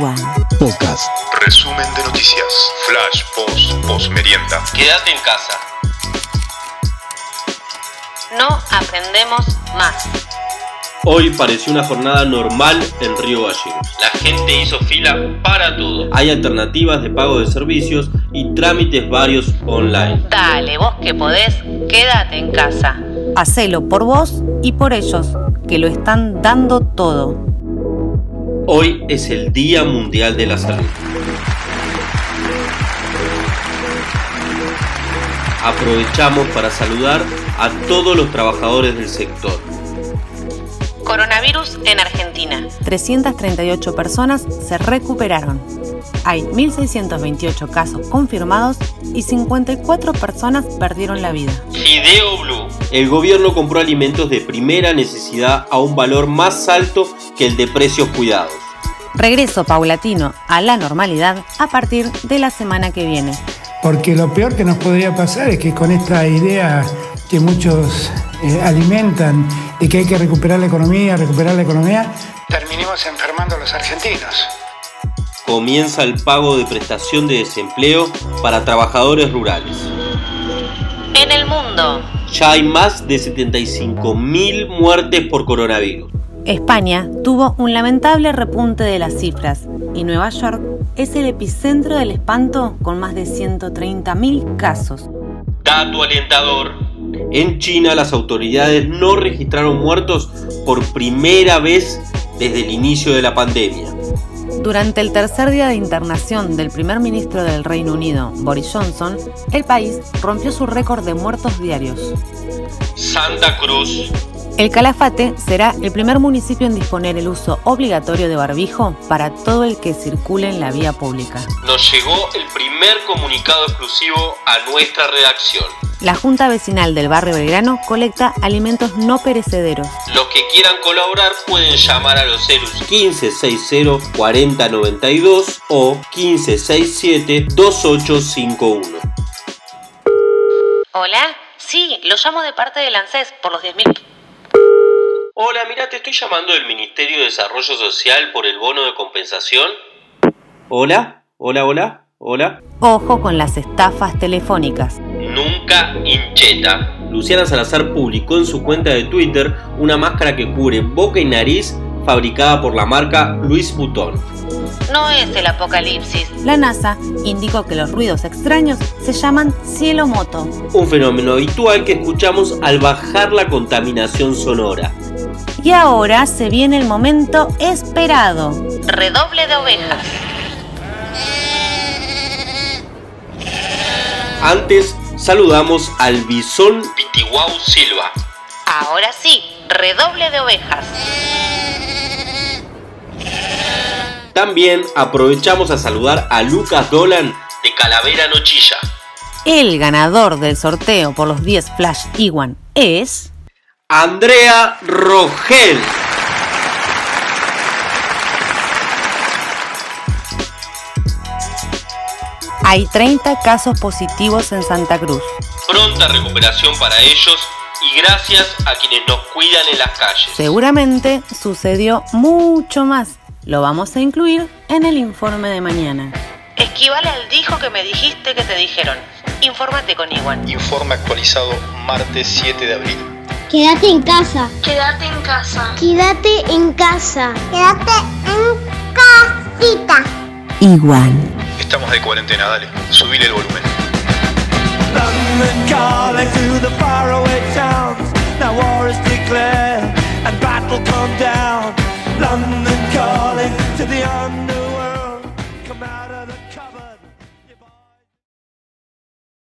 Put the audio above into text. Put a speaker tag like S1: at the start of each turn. S1: One.
S2: Podcast.
S3: Resumen de noticias. Flash post post merienda.
S4: Quédate en casa.
S5: No aprendemos más.
S6: Hoy pareció una jornada normal en Río Gallegos.
S4: La gente hizo fila para todo.
S6: Hay alternativas de pago de servicios y trámites varios online.
S5: Dale, vos que podés, quédate en casa.
S1: Hacelo por vos y por ellos, que lo están dando todo.
S6: Hoy es el Día Mundial de la Salud. Aprovechamos para saludar a todos los trabajadores del sector.
S5: Coronavirus en Argentina.
S1: 338 personas se recuperaron. Hay 1.628 casos confirmados y 54 personas perdieron la vida.
S4: Fideo Blue.
S6: El gobierno compró alimentos de primera necesidad a un valor más alto que el de precios cuidados.
S1: Regreso paulatino a la normalidad a partir de la semana que viene.
S7: Porque lo peor que nos podría pasar es que con esta idea que muchos eh, alimentan de que hay que recuperar la economía, recuperar la economía, terminemos enfermando a los argentinos.
S6: Comienza el pago de prestación de desempleo para trabajadores rurales.
S5: En el mundo.
S6: Ya hay más de 75.000 muertes por coronavirus.
S1: España tuvo un lamentable repunte de las cifras y Nueva York es el epicentro del espanto con más de 130.000 casos.
S4: Dato alentador.
S6: En China las autoridades no registraron muertos por primera vez desde el inicio de la pandemia.
S1: Durante el tercer día de internación del primer ministro del Reino Unido, Boris Johnson, el país rompió su récord de muertos diarios.
S4: Santa Cruz.
S1: El Calafate será el primer municipio en disponer el uso obligatorio de barbijo para todo el que circule en la vía pública.
S4: Nos llegó el primer comunicado exclusivo a nuestra redacción.
S1: La Junta Vecinal del Barrio Belgrano colecta alimentos no perecederos.
S4: Los que quieran colaborar pueden llamar a los ceros
S6: 1560 4092 o 1567 2851.
S5: Hola, sí, lo llamo de parte del ANSES por los 10.000.
S6: Hola, mira, te estoy llamando del Ministerio de Desarrollo Social por el bono de compensación. Hola, hola, hola, hola.
S1: Ojo con las estafas telefónicas.
S4: Nunca hincheta.
S6: Luciana Salazar publicó en su cuenta de Twitter una máscara que cubre boca y nariz fabricada por la marca Luis Butón.
S5: No es el apocalipsis.
S1: La NASA indicó que los ruidos extraños se llaman cielo moto.
S6: Un fenómeno habitual que escuchamos al bajar la contaminación sonora.
S1: Y ahora se viene el momento esperado.
S5: Redoble de ovejas.
S6: Antes saludamos al bisón
S4: Pitiguau Silva.
S5: Ahora sí, redoble de ovejas.
S6: También aprovechamos a saludar a Lucas Dolan
S4: De Calavera Nochilla.
S1: El ganador del sorteo por los 10 Flash Iwan es...
S6: Andrea Rogel.
S1: Hay 30 casos positivos en Santa Cruz.
S4: Pronta recuperación para ellos y gracias a quienes nos cuidan en las calles.
S1: Seguramente sucedió mucho más. Lo vamos a incluir en el informe de mañana.
S5: Esquivale al dijo que me dijiste que te dijeron. Infórmate con Iwan.
S3: Informe actualizado martes 7 de abril.
S8: Quédate en casa.
S9: Quédate en casa.
S8: Quédate en casa. Quédate en casita.
S1: Igual.
S3: Estamos de cuarentena, dale. Subile el volumen.
S10: London calling to the faraway towns. Now war is declared and battle come down. London calling to the under.